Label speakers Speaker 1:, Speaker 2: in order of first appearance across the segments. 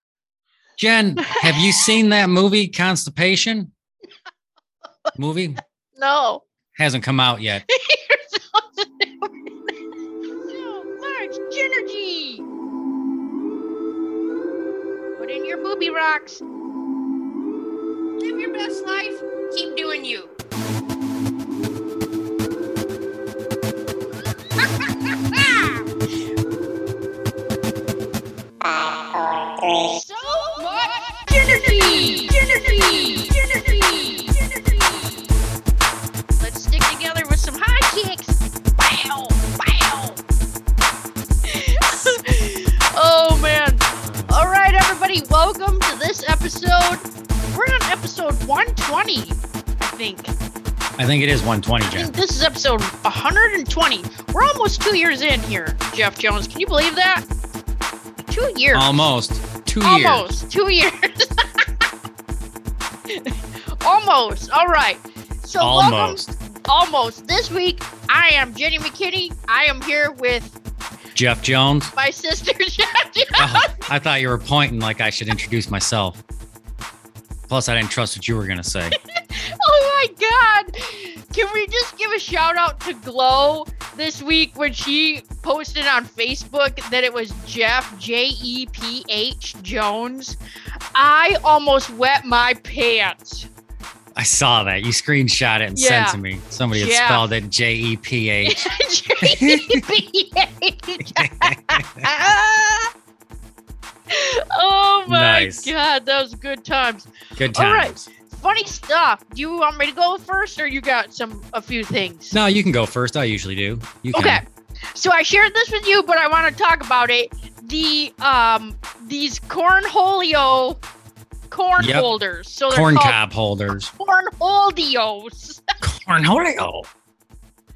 Speaker 1: Jen, have you seen that movie Constipation? Movie
Speaker 2: No.
Speaker 1: hasn't come out yet.
Speaker 2: so much energy. Put in your booby rocks. Live your best life. Keep doing you. so much energy. Energy. Energy. Energy. Let's stick together with some high kicks. Wow, wow. oh man. All right, everybody, welcome to this episode. We're on episode 120, I think.
Speaker 1: I think it is 120,
Speaker 2: I
Speaker 1: Jen.
Speaker 2: think this is episode 120. We're almost two years in here, Jeff Jones. Can you believe that? Two years.
Speaker 1: Almost two years.
Speaker 2: Almost two years. Almost. All right. So welcome
Speaker 1: Almost.
Speaker 2: almost this week. I am Jenny McKinney. I am here with
Speaker 1: Jeff Jones.
Speaker 2: my sister Jackie.
Speaker 1: Oh, I thought you were pointing like I should introduce myself. Plus, I didn't trust what you were going to say.
Speaker 2: oh my god! Can we just give a shout out to Glow this week when she posted on Facebook that it was Jeff J E P H Jones? I almost wet my pants.
Speaker 1: I saw that. You screenshot it and sent
Speaker 2: Yeah.
Speaker 1: to me. Somebody had
Speaker 2: Yeah.
Speaker 1: spelled it J E P H.
Speaker 2: E oh my
Speaker 1: Nice.
Speaker 2: god, that was good times.
Speaker 1: Good
Speaker 2: All right.
Speaker 1: times.
Speaker 2: Funny stuff. Do you want me to go first or you got some a few things?
Speaker 1: No, you can go first. I usually do. You can.
Speaker 2: Okay. So I shared this with you, but I want to talk about it. The um these cornholio corn
Speaker 1: Yep.
Speaker 2: holders. So they're
Speaker 1: Corn
Speaker 2: called
Speaker 1: cob holders.
Speaker 2: cornholios.
Speaker 1: Cornholio.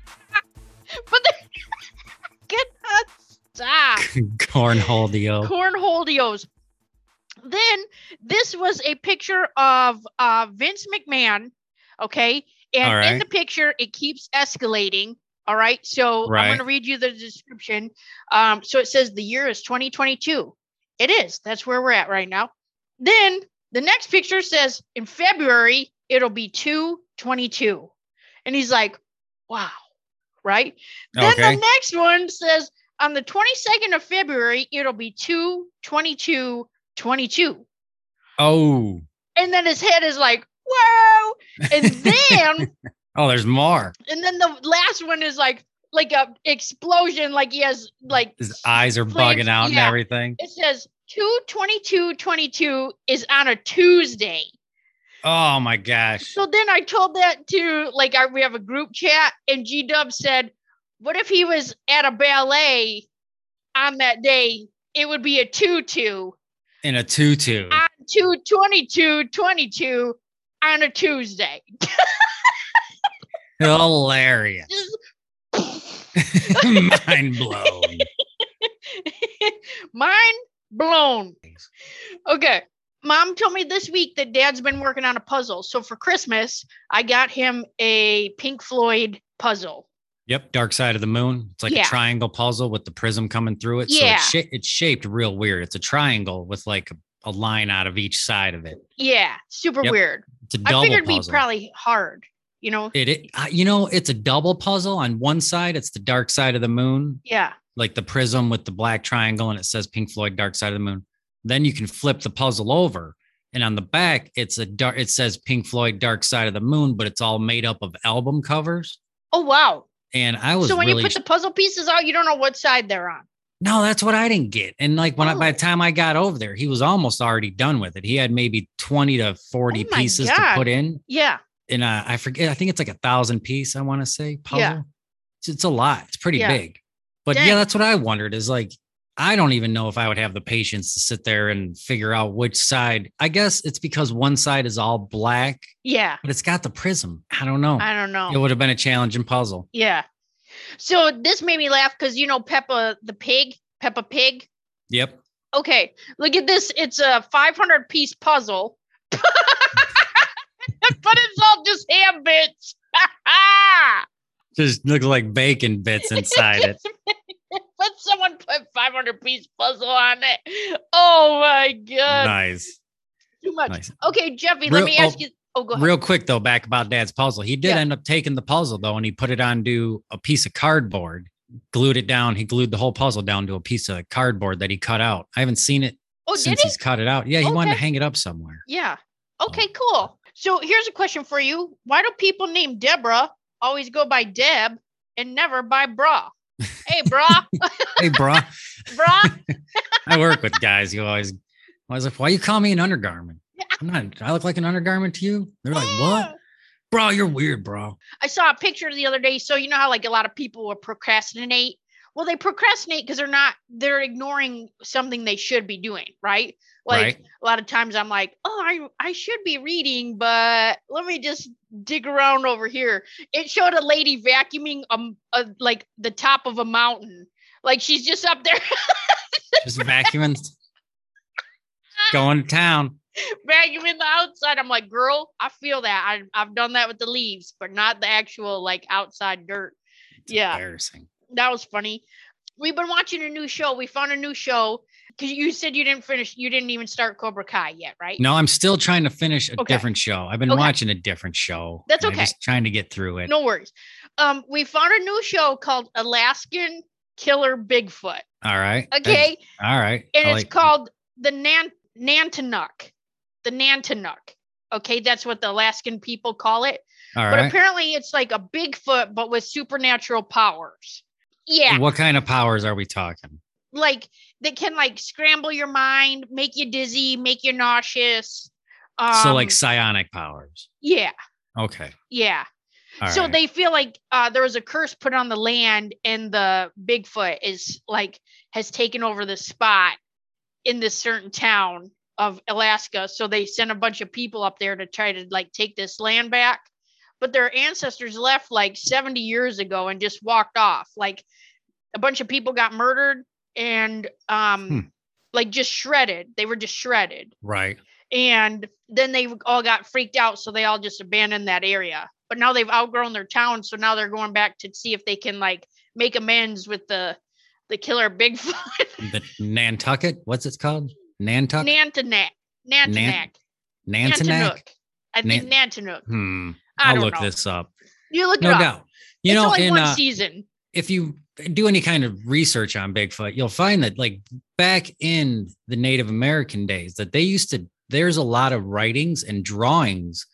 Speaker 2: but they're cannot stop.
Speaker 1: Cornholio.
Speaker 2: cornholios. Then this was a picture of uh, Vince McMahon. Okay. And
Speaker 1: All
Speaker 2: in
Speaker 1: right.
Speaker 2: the picture, it keeps escalating. All right. So I'm going to
Speaker 1: Right.
Speaker 2: read you the description. Um, so it says the year is 2022. It is. That's where we're at right now. Then the next picture says in February, it'll be 222. And he's like, wow. Right. Then
Speaker 1: Okay.
Speaker 2: the next one says on the 22nd of February, it'll be 2 22 22.
Speaker 1: Oh.
Speaker 2: And then his head is like, whoa. And then,
Speaker 1: Oh, there's more.
Speaker 2: and then the last one is like, like a explosion, like he has, like,
Speaker 1: His eyes are
Speaker 2: Flames,
Speaker 1: bugging out and
Speaker 2: yeah.
Speaker 1: everything.
Speaker 2: it says 2 22 22 is on a Tuesday.
Speaker 1: Oh my gosh.
Speaker 2: So then I told that to like I, we have a group chat, and G Dub said, "What if he was at a ballet on that day? It would be a tutu
Speaker 1: In a tutu.
Speaker 2: on two twenty two twenty two on a Tuesday."
Speaker 1: Hilarious.
Speaker 2: Just-
Speaker 1: Mind blown.
Speaker 2: Mind blown. Okay. Mom told me this week that dad's been working on a puzzle. So for Christmas, I got him a Pink Floyd puzzle.
Speaker 1: Yep, Dark Side of the Moon. It's like
Speaker 2: Yeah.
Speaker 1: a triangle puzzle with the prism coming through it.
Speaker 2: Yeah.
Speaker 1: So it's, sha- it's shaped real weird. It's a triangle with like a line out of each side of it.
Speaker 2: Yeah, super
Speaker 1: Yep.
Speaker 2: weird.
Speaker 1: It's a double
Speaker 2: I figured it'd be
Speaker 1: puzzle.
Speaker 2: probably hard, you know?
Speaker 1: it, it uh, you know, it's a double puzzle. On one side, it's the dark side of the moon,
Speaker 2: Yeah.
Speaker 1: like the prism with the black triangle and it says Pink Floyd Dark Side of the Moon. Then you can flip the puzzle over and on the back it's a dark it says Pink Floyd Dark Side of the Moon, but it's all made up of album covers.
Speaker 2: Oh wow.
Speaker 1: And I was
Speaker 2: So when
Speaker 1: really
Speaker 2: you put the puzzle pieces out, you don't know what side they're on.
Speaker 1: No, that's what I didn't get. And like when I, by
Speaker 2: Oh.
Speaker 1: the time I got over there, he was almost already done with it. He had maybe 20 to 40
Speaker 2: Oh my
Speaker 1: pieces
Speaker 2: God.
Speaker 1: to put in.
Speaker 2: Yeah.
Speaker 1: And uh, I forget, I think it's like a thousand piece, I want to say puzzle.
Speaker 2: Yeah.
Speaker 1: It's, it's a lot. It's pretty
Speaker 2: Yeah.
Speaker 1: big. But yeah,
Speaker 2: Dang.
Speaker 1: that's what I wondered is like, I don't even know if I would have the patience to sit there and figure out which side. I guess it's because one side is all black,
Speaker 2: Yeah.
Speaker 1: but it's got the prism. I don't Oh. know.
Speaker 2: I don't know.
Speaker 1: It would have been a challenging puzzle.
Speaker 2: yeah. So this made me laugh because you know Peppa the pig, Peppa Pig.
Speaker 1: Yep.
Speaker 2: Okay, look at this. It's a 500 piece puzzle, but it's all just ham bits.
Speaker 1: Just looks like bacon bits inside it.
Speaker 2: but someone put 500 piece puzzle on it. Oh my god.
Speaker 1: Nice.
Speaker 2: too much.
Speaker 1: Nice.
Speaker 2: Okay, Jeffy,
Speaker 1: Real-
Speaker 2: let me ask
Speaker 1: oh,
Speaker 2: you. Oh, go ahead.
Speaker 1: Real quick though, back about Dad's puzzle. He did
Speaker 2: Yeah.
Speaker 1: end up taking the puzzle though, and he put it onto a piece of cardboard, glued it down. He glued the whole puzzle down to a piece of cardboard that he cut out. I haven't seen it
Speaker 2: oh, did
Speaker 1: since
Speaker 2: he?
Speaker 1: he's Oh. cut it out. Yeah, he wanted to
Speaker 2: Okay.
Speaker 1: hang it up somewhere.
Speaker 2: Yeah. Okay, cool. So here's a question for you. Why do people named Deborah always go by Deb and never by Bra? Hey, Bra,
Speaker 1: Hey, bro,
Speaker 2: Bra.
Speaker 1: I work with guys who always. I was like, why you call me an undergarment? I'm not. I look like an undergarment to you. They're like, what, bro? You're weird, bro.
Speaker 2: I saw a picture the other day. So you know how like a lot of people will procrastinate. Well, they procrastinate because they're not they're ignoring something they should be doing, right? Like
Speaker 1: right?
Speaker 2: a lot of times I'm like, oh, I I should be reading, but let me just dig around over here. It showed a lady vacuuming um a, like the top of a mountain. Like she's just up there
Speaker 1: Just vacuuming, going to town.
Speaker 2: vacuuming the outside. I'm like, girl, I feel that. I, I've done that with the leaves, but not the actual like outside dirt.
Speaker 1: It's
Speaker 2: Yeah.
Speaker 1: embarrassing.
Speaker 2: That was funny. We've been watching a new show. We found a new show because you said you didn't finish. You didn't even start Cobra Kai yet, right?
Speaker 1: No, I'm still trying to finish a
Speaker 2: Okay.
Speaker 1: different show. I've been
Speaker 2: Okay.
Speaker 1: watching a different show.
Speaker 2: That's
Speaker 1: and I'm
Speaker 2: okay.
Speaker 1: Just trying to get through it.
Speaker 2: No worries. Um, we found a new show called Alaskan Killer Bigfoot.
Speaker 1: All right. That-
Speaker 2: Okay,
Speaker 1: all right.
Speaker 2: and
Speaker 1: I
Speaker 2: it's
Speaker 1: like-
Speaker 2: called the Nan Nantinuk, the Nantinuk. Okay, that's what the Alaskan people call it.
Speaker 1: All
Speaker 2: but
Speaker 1: right.
Speaker 2: apparently, it's like a Bigfoot, but with supernatural powers. Yeah,
Speaker 1: What kind of powers are we talking?
Speaker 2: like that can like scramble your mind, make you dizzy, make you nauseous. Um,
Speaker 1: so like psionic powers.
Speaker 2: yeah,
Speaker 1: Okay.
Speaker 2: yeah.
Speaker 1: All
Speaker 2: so
Speaker 1: right.
Speaker 2: they feel like uh, there was a curse put on the land, and the Bigfoot is like has taken over the spot in this certain town of Alaska. So they sent a bunch of people up there to try to like take this land back. But their ancestors left like 70 years ago and just walked off. Like a bunch of people got murdered and um
Speaker 1: Hmm.
Speaker 2: like just shredded. They were just shredded
Speaker 1: right.
Speaker 2: and then they all got freaked out so they all just abandoned that area but now they've outgrown their town so now they're going back to see if they can like make amends with the the killer bigfoot
Speaker 1: The Nantucket. What's it called? Nantucket.
Speaker 2: nantanac nantanac
Speaker 1: Nantucket.
Speaker 2: i think nantanook
Speaker 1: Hmm.
Speaker 2: i
Speaker 1: I'll
Speaker 2: don't
Speaker 1: look
Speaker 2: know
Speaker 1: this up.
Speaker 2: you look it
Speaker 1: No
Speaker 2: up
Speaker 1: doubt. You
Speaker 2: it's
Speaker 1: know,
Speaker 2: only
Speaker 1: in
Speaker 2: one
Speaker 1: uh,
Speaker 2: season
Speaker 1: if you do any kind of research on Bigfoot, you'll find that like back in the Native American days, that they used to there's a lot of writings and drawings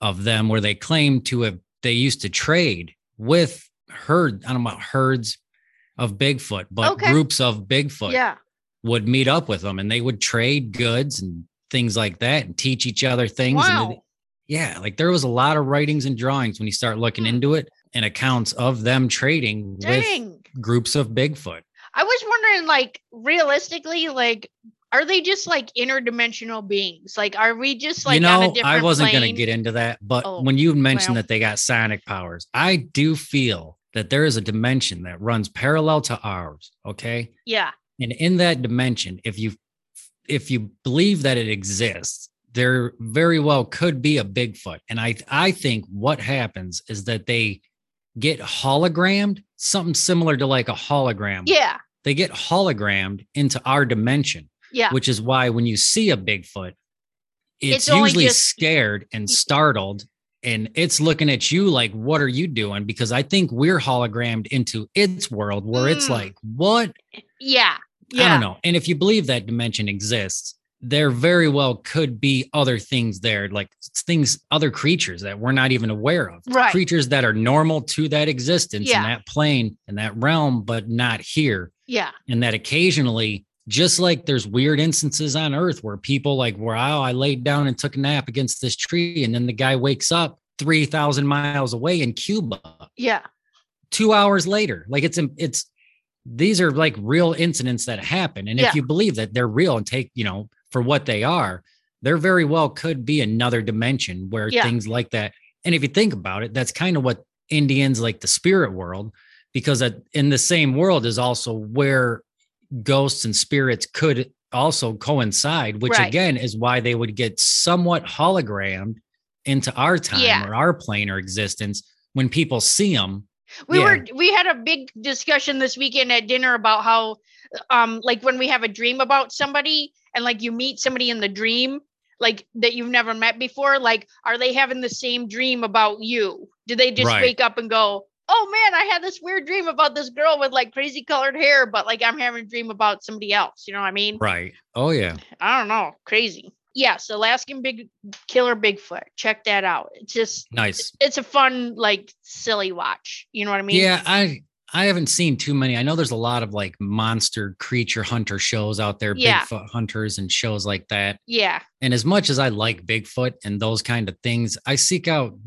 Speaker 1: of them where they claim to have they used to trade with herd, I don't know about herds of Bigfoot, but
Speaker 2: Okay.
Speaker 1: groups of Bigfoot
Speaker 2: yeah
Speaker 1: would meet up with them and they would trade goods and things like that and teach each other things. and
Speaker 2: wow
Speaker 1: they- yeah, like there was a lot of writings and drawings when you start looking
Speaker 2: Hmm.
Speaker 1: into it and accounts of them trading with
Speaker 2: dang
Speaker 1: groups of Bigfoot.
Speaker 2: I was wondering, like, realistically, like, are they just like interdimensional beings? Like, are we just like
Speaker 1: you
Speaker 2: on a
Speaker 1: know,
Speaker 2: different
Speaker 1: I wasn't
Speaker 2: plane?
Speaker 1: going to get into that, but
Speaker 2: Oh,
Speaker 1: when you mentioned
Speaker 2: well.
Speaker 1: that they got psionic powers, I do feel that there is a dimension that runs parallel to ours. Okay,
Speaker 2: Yeah.
Speaker 1: and in that dimension, if you if you believe that it exists, there very well could be a Bigfoot. And I I think what happens is that they get hologrammed, something similar to like a hologram.
Speaker 2: Yeah.
Speaker 1: They get hologrammed into our dimension.
Speaker 2: Yeah.
Speaker 1: which is why when you see a Bigfoot,
Speaker 2: It's
Speaker 1: it's,
Speaker 2: only
Speaker 1: usually
Speaker 2: just-
Speaker 1: scared and startled and it's looking at you like, what are you doing? Because I think we're hologrammed into its world where it's
Speaker 2: Mm.
Speaker 1: like, what?
Speaker 2: Yeah. Yeah.
Speaker 1: I don't know. And if you believe that dimension exists, there very well could be other things there, like things, other creatures that we're not even aware of.
Speaker 2: Right.
Speaker 1: Creatures that are normal to that existence
Speaker 2: Yeah.
Speaker 1: in that plane and that realm, but not here
Speaker 2: Yeah.
Speaker 1: and that occasionally just like there's weird instances on earth where people like wow i laid down and took a nap against this tree and then the guy wakes up 3000 miles away in cuba
Speaker 2: Yeah.
Speaker 1: 2 hours later like it's it's these are like real incidents that happen and
Speaker 2: Yeah.
Speaker 1: if you believe that they're real and take you know for what they are there very well could be another dimension where
Speaker 2: Yeah.
Speaker 1: things like that and if you think about it that's kind of what indians like the spirit world because at, in the same world is also where ghosts and spirits could also coincide, which
Speaker 2: Right.
Speaker 1: again is why they would get somewhat hologrammed into our time
Speaker 2: Yeah.
Speaker 1: or our plane or existence when people see them.
Speaker 2: We
Speaker 1: Yeah.
Speaker 2: were we had a big discussion this weekend at dinner about how um like when we have a dream about somebody and like you meet somebody in the dream, like that you've never met before? Like, are they having the same dream about you? Do they just
Speaker 1: Right.
Speaker 2: wake up and go, oh man, I had this weird dream about this girl with like crazy colored hair, but like I'm having a dream about somebody else? You know what I mean?
Speaker 1: Right. Oh yeah.
Speaker 2: I don't know. Crazy. Yes, Alaskan Big Killer Bigfoot. Check that out. It's just
Speaker 1: Nice.
Speaker 2: it's a fun, like silly watch. You know what I mean?
Speaker 1: yeah, I I haven't seen too many. I know there's a lot of like monster creature hunter shows out there,
Speaker 2: Yeah.
Speaker 1: Bigfoot hunters and shows like that.
Speaker 2: Yeah.
Speaker 1: And as much as I like Bigfoot and those kind of things, I seek out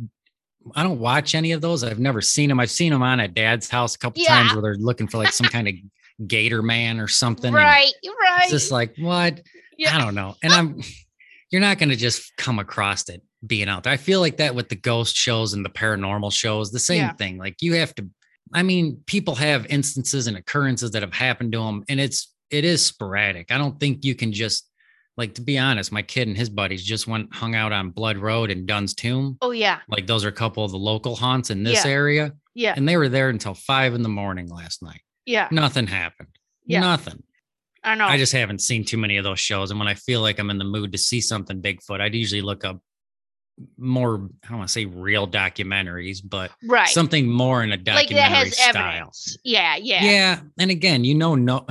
Speaker 1: I don't watch any of those. I've never seen them. I've seen them on at dad's house a couple
Speaker 2: Yeah.
Speaker 1: times where they're looking for like some kind of gator man or something. and
Speaker 2: Right. You're right.
Speaker 1: It's just like, what?
Speaker 2: Yeah.
Speaker 1: I don't know. And I'm you're not gonna just come across it being out there. I feel like that with the ghost shows and the paranormal shows, the same
Speaker 2: Yeah.
Speaker 1: thing. Like you have to I mean, people have instances and occurrences that have happened to them, and it's it is sporadic. I don't think you can just like to be honest, my kid and his buddies just went hung out on Blood Road and Dunn's Tomb.
Speaker 2: oh yeah.
Speaker 1: Like those are a couple of the local haunts in this
Speaker 2: Yeah.
Speaker 1: area.
Speaker 2: Yeah.
Speaker 1: And they were there until five in the morning last night.
Speaker 2: Yeah.
Speaker 1: Nothing happened.
Speaker 2: Yeah.
Speaker 1: Nothing.
Speaker 2: I know.
Speaker 1: I just haven't seen too many of those shows. And when I feel like I'm in the mood to see something Bigfoot, I'd usually look up more, I don't want to say real documentaries, but
Speaker 2: right.
Speaker 1: something more in a
Speaker 2: like
Speaker 1: documentary
Speaker 2: that has
Speaker 1: style.
Speaker 2: evidence. Yeah, yeah.
Speaker 1: Yeah. And again, you know, no,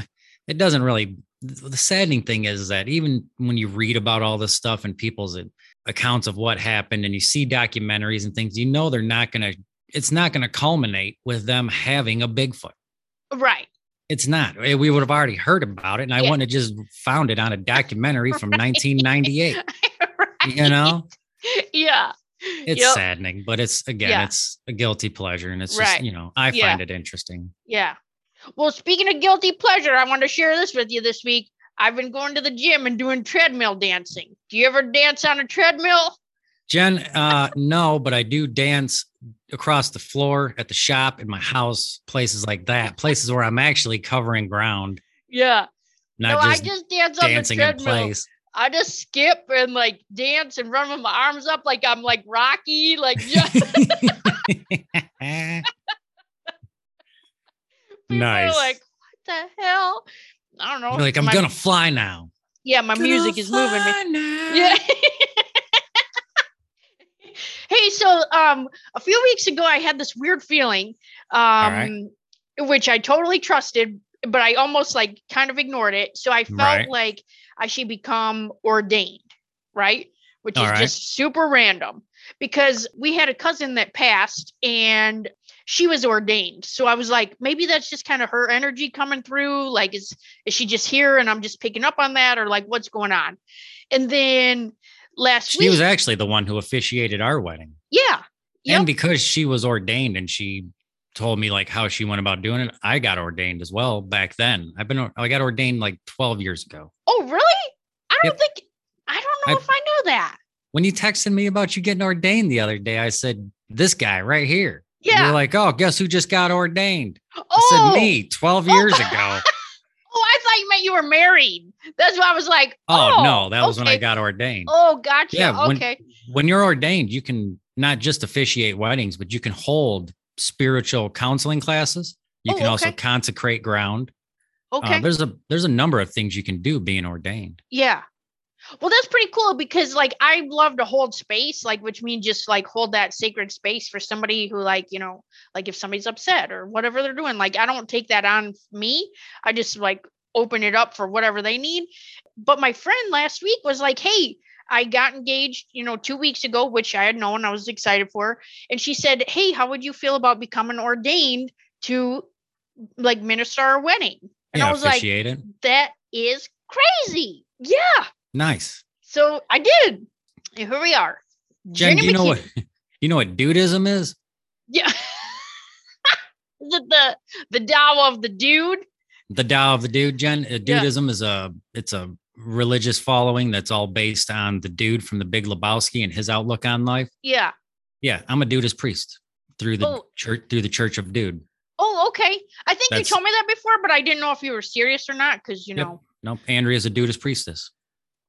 Speaker 1: it doesn't really. The saddening thing is that even when you read about all this stuff and people's accounts of what happened and you see documentaries and things, you know, they're not going to, it's not going to culminate with them having a Bigfoot.
Speaker 2: Right.
Speaker 1: It's not. Eh, We would have already heard about it, and I
Speaker 2: Yeah.
Speaker 1: wouldn't have just found it on a documentary from 1998.
Speaker 2: right.
Speaker 1: You know,
Speaker 2: Yeah.
Speaker 1: it's
Speaker 2: Yep.
Speaker 1: saddening, but it's again,
Speaker 2: Yeah.
Speaker 1: it's a guilty pleasure, and it's
Speaker 2: Right.
Speaker 1: just you know, I
Speaker 2: Yeah.
Speaker 1: find it interesting.
Speaker 2: Yeah. Well, speaking of guilty pleasure, I want to share this with you this week. I've been going to the gym and doing treadmill dancing. Do you ever dance on a treadmill?
Speaker 1: Jen, uh, no, but I do dance across the floor at the shop in my house, places like that, places where I'm actually covering ground,
Speaker 2: Yeah.
Speaker 1: not
Speaker 2: no,
Speaker 1: just,
Speaker 2: I just dance on the
Speaker 1: dancing in
Speaker 2: treadmill.
Speaker 1: place.
Speaker 2: I just skip and like dance and run with my arms up like I'm like Rocky, like just
Speaker 1: Eh,
Speaker 2: people are
Speaker 1: Nice.
Speaker 2: like, what the hell? I don't know.
Speaker 1: You're like, I'm
Speaker 2: Oh, My-
Speaker 1: gonna fly now.
Speaker 2: Yeah, my music is moving me. Yeah. hey, so um a few weeks ago I had this weird feeling um
Speaker 1: right.
Speaker 2: which I totally trusted but I almost like kind of ignored it. So I felt
Speaker 1: Right.
Speaker 2: like I should become ordained, right? Which
Speaker 1: All
Speaker 2: is
Speaker 1: right.
Speaker 2: just super random because we had a cousin that passed and she was ordained. So I was like maybe that's just kind of her energy coming through like is is she just here and I'm just picking up on that or like what's going on? And then last
Speaker 1: She
Speaker 2: week
Speaker 1: was actually the one who officiated our wedding.
Speaker 2: yeah. Yep.
Speaker 1: And because she was ordained and she told me like how she went about doing it, I got ordained as well back then. I've been I got ordained like 12 years ago.
Speaker 2: Oh, really? I don't
Speaker 1: Yep.
Speaker 2: think I don't know
Speaker 1: I-
Speaker 2: if I knew that.
Speaker 1: When you texted me about you getting ordained the other day, I said, This guy right here.
Speaker 2: Yeah.
Speaker 1: You're like, oh, guess who just got ordained?
Speaker 2: oh,
Speaker 1: I said me 12
Speaker 2: Oh.
Speaker 1: years ago.
Speaker 2: oh, I thought you meant you were married. That's why I was like,
Speaker 1: Oh, no, that was when I
Speaker 2: okay.
Speaker 1: got ordained.
Speaker 2: Oh, gotcha.
Speaker 1: Yeah, when-
Speaker 2: okay.
Speaker 1: When you're ordained, you can not just officiate weddings, but you can hold spiritual counseling classes. You
Speaker 2: Oh,
Speaker 1: can also
Speaker 2: okay.
Speaker 1: consecrate ground. Uh,
Speaker 2: Okay.
Speaker 1: there's a there's a number of things you can do being ordained.
Speaker 2: yeah. Well, that's pretty cool because like I love to hold space, like which means just like hold that sacred space for somebody who like, you know, like if somebody's upset or whatever they're doing, like I don't take that on me. I just like open it up for whatever they need. But my friend last week was like, "Hey, I got engaged, you know, 2 weeks ago, which I had known I was excited for." And she said, "Hey, how would you feel about becoming ordained to like minister our wedding?" And I
Speaker 1: yeah,
Speaker 2: was like,
Speaker 1: officiate it.
Speaker 2: that is crazy. Yeah.
Speaker 1: Nice.
Speaker 2: So I did. And here we are.
Speaker 1: Jen,
Speaker 2: Jenny
Speaker 1: do you know
Speaker 2: McKee-
Speaker 1: what you know what dudism is?
Speaker 2: Yeah. Is it the the Tao of the dude?
Speaker 1: The Tao of the Dude, Jen. Uh,
Speaker 2: Yeah.
Speaker 1: Dudism is a it's a religious following that's all based on the dude from the Big Lebowski and his outlook on life.
Speaker 2: Yeah.
Speaker 1: Yeah, I'm a dudist priest through the
Speaker 2: Oh.
Speaker 1: church through the Church of Dude.
Speaker 2: Oh, okay. I think
Speaker 1: That's-
Speaker 2: you told me that before, but I didn't know if you were serious or not because you
Speaker 1: Yep.
Speaker 2: know.
Speaker 1: Nope, Andrea's a dudist priestess.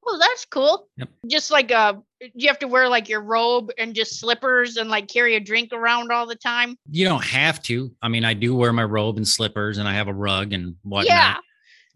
Speaker 2: Oh, that's cool.
Speaker 1: Yep.
Speaker 2: Just like uh you have to wear like your robe and just slippers and like carry a drink around all the time.
Speaker 1: You don't have to. I mean, I do wear my robe and slippers, and I have a rug and whatnot.
Speaker 2: yeah.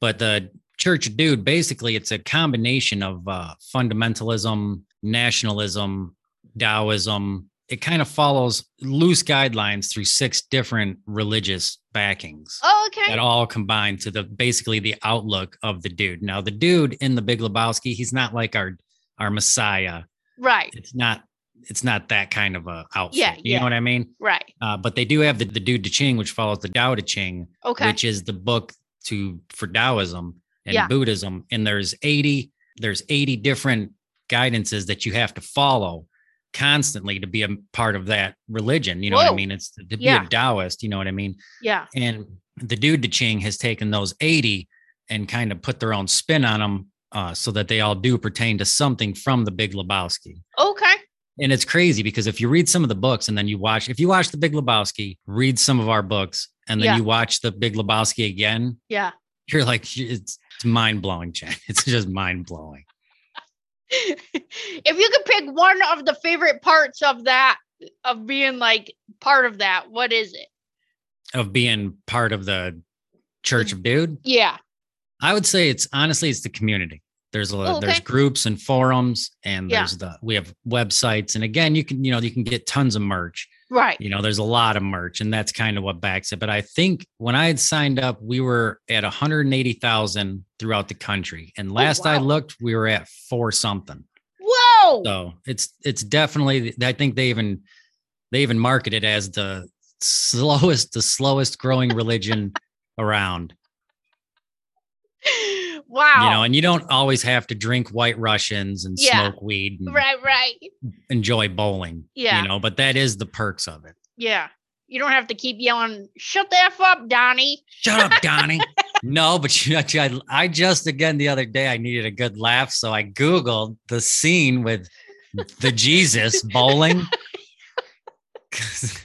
Speaker 1: But the church of dude basically it's a combination of uh, fundamentalism nationalism taoism it kind of follows loose guidelines through six different religious backings
Speaker 2: Oh, okay.
Speaker 1: that all combine to the basically the outlook of the dude now the dude in the big lebowski he's not like our our messiah
Speaker 2: Right.
Speaker 1: it's not it's not that kind of a outfit
Speaker 2: Yeah,
Speaker 1: you
Speaker 2: yeah.
Speaker 1: know what i mean
Speaker 2: Right.
Speaker 1: uh, but they do have the, the dude to ching which follows the dao to ching
Speaker 2: Okay.
Speaker 1: which is the book to for Taoism and
Speaker 2: Yeah.
Speaker 1: Buddhism. And there's 80, there's 80 different guidances that you have to follow constantly to be a part of that religion. You know what
Speaker 2: Whoa.
Speaker 1: I mean? It's to be
Speaker 2: Yeah.
Speaker 1: a Taoist, you know what I mean?
Speaker 2: yeah.
Speaker 1: And the dude De Ching has taken those 80 and kind of put their own spin on them uh, so that they all do pertain to something from the Big Lebowski.
Speaker 2: Okay.
Speaker 1: And it's crazy because if you read some of the books and then you watch, if you watch The Big Lebowski, read some of our books, and then
Speaker 2: Yeah.
Speaker 1: you watch The Big Lebowski again,
Speaker 2: Yeah.
Speaker 1: you're like, it's, it's mind blowing, Jen. It's just mind blowing.
Speaker 2: if you could pick one of the favorite parts of that, of being like part of that, what is it?
Speaker 1: Of being part of the Church
Speaker 2: Mm.
Speaker 1: of Dude,
Speaker 2: Yeah.
Speaker 1: I would say it's honestly, it's the community. There's a
Speaker 2: Oh,
Speaker 1: there's
Speaker 2: okay.
Speaker 1: groups and forums, and
Speaker 2: Yeah.
Speaker 1: there's the we have websites, and again, you can you know you can get tons of merch.
Speaker 2: Right.
Speaker 1: you know there's a lot of merch and that's kind of what backs it but i think when i had signed up we were at 180000 throughout the country and last i
Speaker 2: Oh, wow.
Speaker 1: looked we were at four something
Speaker 2: Whoa.
Speaker 1: so it's it's definitely i think they even they even market it as the slowest the slowest growing religion around
Speaker 2: wow.
Speaker 1: you know and you don't always have to drink white russians and
Speaker 2: Yeah.
Speaker 1: smoke weed and
Speaker 2: right. Right.
Speaker 1: enjoy bowling
Speaker 2: Yeah.
Speaker 1: you know but that is the perks of it
Speaker 2: Yeah. You don't have to keep yelling, shut the F up, Donnie.
Speaker 1: Shut up, Donnie. no, but you know, I, I just again the other day I needed a good laugh, so I googled the scene with the Jesus bowling. 'Cause-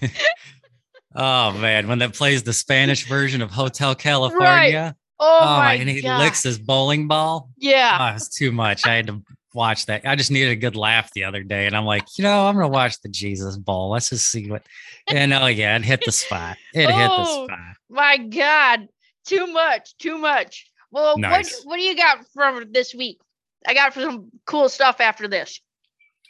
Speaker 1: oh man, when that plays the Spanish version of Hotel California,
Speaker 2: Oh,
Speaker 1: oh,
Speaker 2: my
Speaker 1: and he
Speaker 2: God.
Speaker 1: licks his bowling ball.
Speaker 2: yeah.
Speaker 1: Oh, it's too much. I had to watch that. I just needed a good laugh the other day, and I'm like, you know, I'm gonna watch the Jesus bowl. Let's just see what. And oh yeah, it hit the spot. It hit the
Speaker 2: Oh.
Speaker 1: spot.
Speaker 2: my God. Too much. Too much. Well,
Speaker 1: Nice.
Speaker 2: what what do you got from this week? I got some cool stuff after this.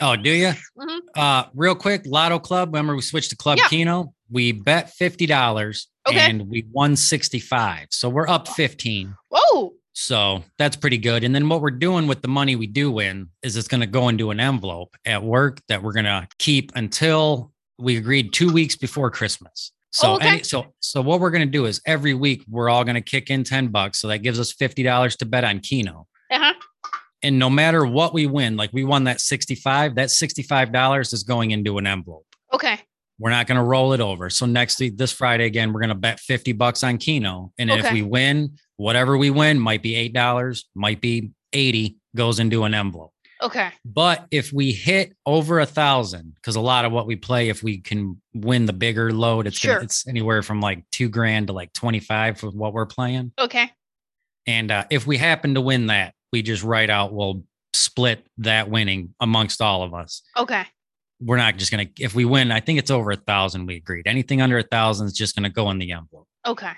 Speaker 1: Oh, do you?
Speaker 2: Mhm.
Speaker 1: Uh, real quick, Lotto Club. Remember, we switched to Club
Speaker 2: Yeah.
Speaker 1: Keno. We bet fifty dollars,
Speaker 2: Okay.
Speaker 1: and we won sixty-five. So we're up fifteen.
Speaker 2: Whoa.
Speaker 1: So that's pretty good. And then what we're doing with the money we do win is it's going to go into an envelope at work that we're going to keep until we agreed two weeks before Christmas. So
Speaker 2: Oh, okay.
Speaker 1: any, so so what we're going to do is every week we're all going to kick in ten bucks. So that gives us fifty dollars to bet on Keno
Speaker 2: Uh-huh.
Speaker 1: and no matter what we win, like we won that 65, that $65 is going into an envelope.
Speaker 2: Okay.
Speaker 1: We're not going to roll it over. So next week, this Friday again, we're going to bet 50 bucks on Keno. And if
Speaker 2: Okay.
Speaker 1: we win, whatever we win might be $8, might be 80 goes into an envelope.
Speaker 2: Okay.
Speaker 1: But if we hit over a thousand, because a lot of what we play, if we can win the bigger load, it's
Speaker 2: Sure.
Speaker 1: gonna, it's anywhere from like two grand to like 25 for what we're playing.
Speaker 2: Okay.
Speaker 1: And uh, if we happen to win that, we just write out, we'll split that winning amongst all of us.
Speaker 2: Okay.
Speaker 1: We're not just going to, if we win, I think it's over a thousand. We agreed. Anything under a thousand is just going to go in the envelope.
Speaker 2: Okay.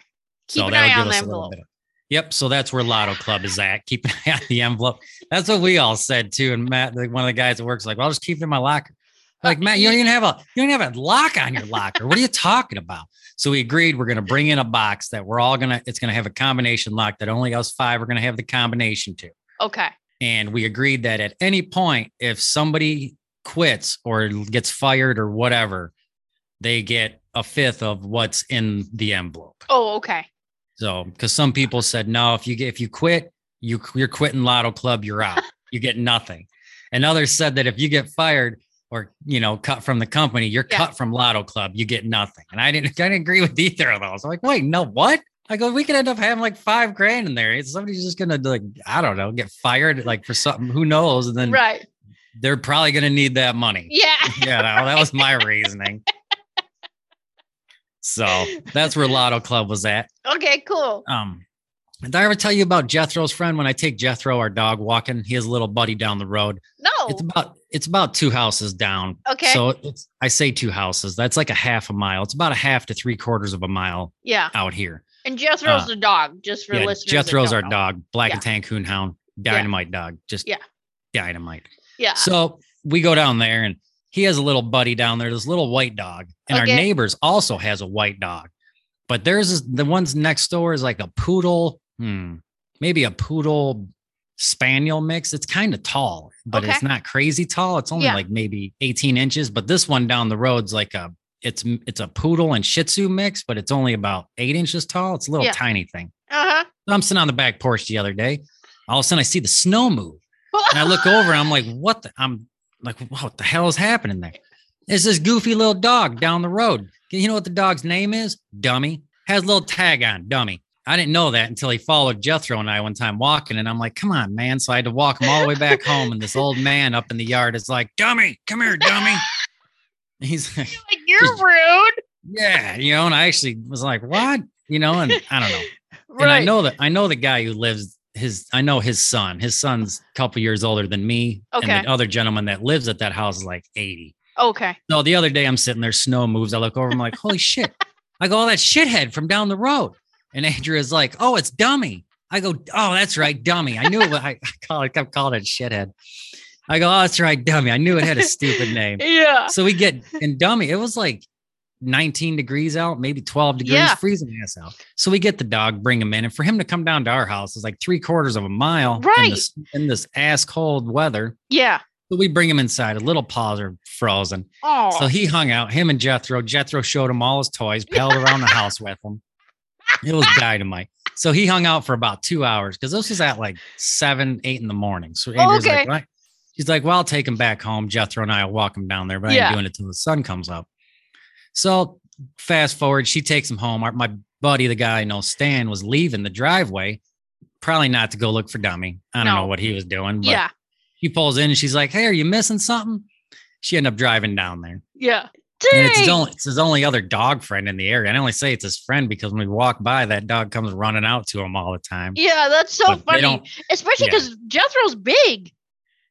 Speaker 2: Keep an
Speaker 1: that'll
Speaker 2: eye
Speaker 1: give
Speaker 2: on the
Speaker 1: us a little
Speaker 2: envelope.
Speaker 1: bit of- Yep. So that's where Lotto Club is at. Keep an eye on the envelope. That's what we all said too. And Matt, like one of the guys that works, like, well, I'll just keep it in my locker.
Speaker 2: Uh,
Speaker 1: I'm Like Matt, you don't even have a you don't have a lock on your locker. What are you talking about? So we agreed we're gonna bring in a box that we're all gonna it's gonna have a combination lock that only us five are gonna have the combination to.
Speaker 2: Okay.
Speaker 1: And we agreed that at any point, if somebody quits or gets fired or whatever, they get a fifth of what's in the envelope.
Speaker 2: Oh, okay.
Speaker 1: So, because some people said, no, if you get, if you quit, you you're quitting Lotto Club, you're out, you get nothing. And others said that if you get fired or you know cut from the company, you're
Speaker 2: Yeah.
Speaker 1: cut from Lotto Club, you get nothing. And I didn't, I didn't agree with either of those. I'm like, wait, no, what? I go, we could end up having like five grand in there. Somebody's just gonna like, I don't know, get fired like for something, who knows? And then
Speaker 2: Right.
Speaker 1: they're probably gonna need that money
Speaker 2: Yeah.
Speaker 1: yeah, no, that was my reasoning. So that's where Lotto Club was at.
Speaker 2: Okay, cool.
Speaker 1: Um, did I ever tell you about Jethro's friend? When I take Jethro, our dog, walking, he has a little buddy down the road.
Speaker 2: No.
Speaker 1: It's about it's about two houses down.
Speaker 2: Oh. Okay.
Speaker 1: So it's I say two houses. That's like a half a mile. It's about a half to three quarters of a mile
Speaker 2: Yeah.
Speaker 1: out here.
Speaker 2: And Jethro's the dog, just for
Speaker 1: Uh, yeah,
Speaker 2: listeners. that
Speaker 1: Jethro's
Speaker 2: don't
Speaker 1: our
Speaker 2: know.
Speaker 1: dog, black
Speaker 2: Yeah.
Speaker 1: Tancoon hound, dynamite dog, just
Speaker 2: Yeah.
Speaker 1: dynamite.
Speaker 2: Yeah.
Speaker 1: So we go down there and he has a little buddy down there, this little white dog. And
Speaker 2: Okay.
Speaker 1: our neighbors also has a white dog. But theirs is the ones next door is like a poodle, hmm, maybe a poodle spaniel mix. It's kind of tall, but it's
Speaker 2: Okay.
Speaker 1: not crazy tall. It's only
Speaker 2: Yeah.
Speaker 1: like maybe 18 inches. But this one down the road's like a it's it's a poodle and shih tzu mix, but it's only about eight inches tall. It's a little
Speaker 2: Yeah.
Speaker 1: tiny thing.
Speaker 2: Uh
Speaker 1: So I'm sitting on the back porch the other day. All of a sudden I see the snow move.
Speaker 2: huh.
Speaker 1: And I look over, I'm like, what the I'm like, what the hell is happening there? It's this goofy little dog down the road. You know what the dog's name is? Dummy. Has a little tag on, dummy. I didn't know that until he followed Jethro and I one time walking, and I'm like, come on, man. So I had to walk him all the way back home. And this old man up in the yard is like, dummy, come here, dummy. And he's like,
Speaker 2: Like, you're
Speaker 1: Just-
Speaker 2: rude.
Speaker 1: yeah, you know, and I actually was like, what? You know, and I don't know
Speaker 2: Right.
Speaker 1: and I know that I know the guy who lives his I know his son. His son's a couple years older than me.
Speaker 2: Okay.
Speaker 1: And the other gentleman that lives at that house is like 80.
Speaker 2: Okay.
Speaker 1: So the other day I'm sitting there, snow moves. I look over, I'm like, holy shit. I go, oh, that shithead from down the road. And Andrea's like, oh, it's dummy. I go, oh, that's right, dummy. I knew it. I, I, call, I kept calling it shithead. I go, oh, that's right, dummy. I knew it had a stupid name
Speaker 2: Yeah.
Speaker 1: so we get in dummy. It was like 19 degrees out, maybe 12 degrees,
Speaker 2: Yeah.
Speaker 1: freezing ass out. So we get the dog, bring him in, and for him to come down to our house is like three quarters of a mile in,
Speaker 2: Right.
Speaker 1: this, in this ass cold weather.
Speaker 2: Yeah.
Speaker 1: So we bring him inside. A little paws are frozen.
Speaker 2: Oh.
Speaker 1: So he hung out. Him and Jethro. Jethro showed him all his toys, palled around the house with him. It was dynamite. So he hung out for about two hours because this was at like seven, eight in the morning. So Andrew's
Speaker 2: okay.
Speaker 1: like, "What?" She's like, well, I'll take him back home. Jethro and I will walk him down there, but I
Speaker 2: Yeah.
Speaker 1: ain't doing it till the sun comes up. So fast forward, she takes him home. Our- My buddy, the guy I know, Stan, was leaving the driveway, probably not to go look for Dummy. I don't
Speaker 2: No.
Speaker 1: know what he was doing, but
Speaker 2: yeah.
Speaker 1: he pulls in and she's like, hey, are you missing something? She ended up driving down there.
Speaker 2: Yeah.
Speaker 1: And it's his
Speaker 2: Dang.
Speaker 1: only it's his only other dog friend in the area. And I only say it's his friend because when we walk by, that dog comes running out to him all the time.
Speaker 2: Yeah, that's so
Speaker 1: But they
Speaker 2: funny.
Speaker 1: don't-
Speaker 2: Especially
Speaker 1: yeah.
Speaker 2: because Jethro's big.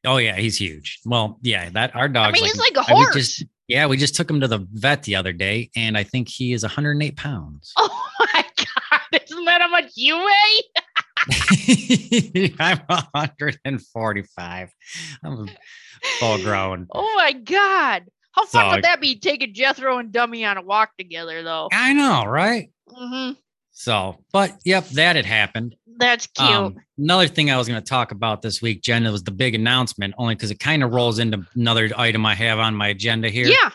Speaker 1: Oh yeah, he's huge. Well, yeah, that our dog.
Speaker 2: I mean, he's like a
Speaker 1: I- we
Speaker 2: horse.
Speaker 1: just- yeah, we just took him to the vet the other day, and I think he is 108 pounds.
Speaker 2: Oh my god, isn't that how much you weigh?
Speaker 1: I'm 145. I'm full grown.
Speaker 2: Oh my god. How fun
Speaker 1: So-
Speaker 2: would that be taking Jethro and Dummy on a walk together though?
Speaker 1: I know, right?
Speaker 2: hmm
Speaker 1: So, but yep, that had happened.
Speaker 2: That's cute.
Speaker 1: Um, another thing I was going to talk about this week, Jen, was the big announcement, only because it kind of rolls into another item I have on my agenda here.
Speaker 2: yeah.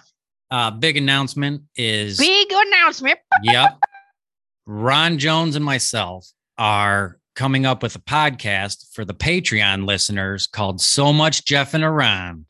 Speaker 1: Uh, big announcement is
Speaker 2: Big announcement.
Speaker 1: yep. Ron Jones and myself are coming up with a podcast for the Patreon listeners called So Much Jeff and Around.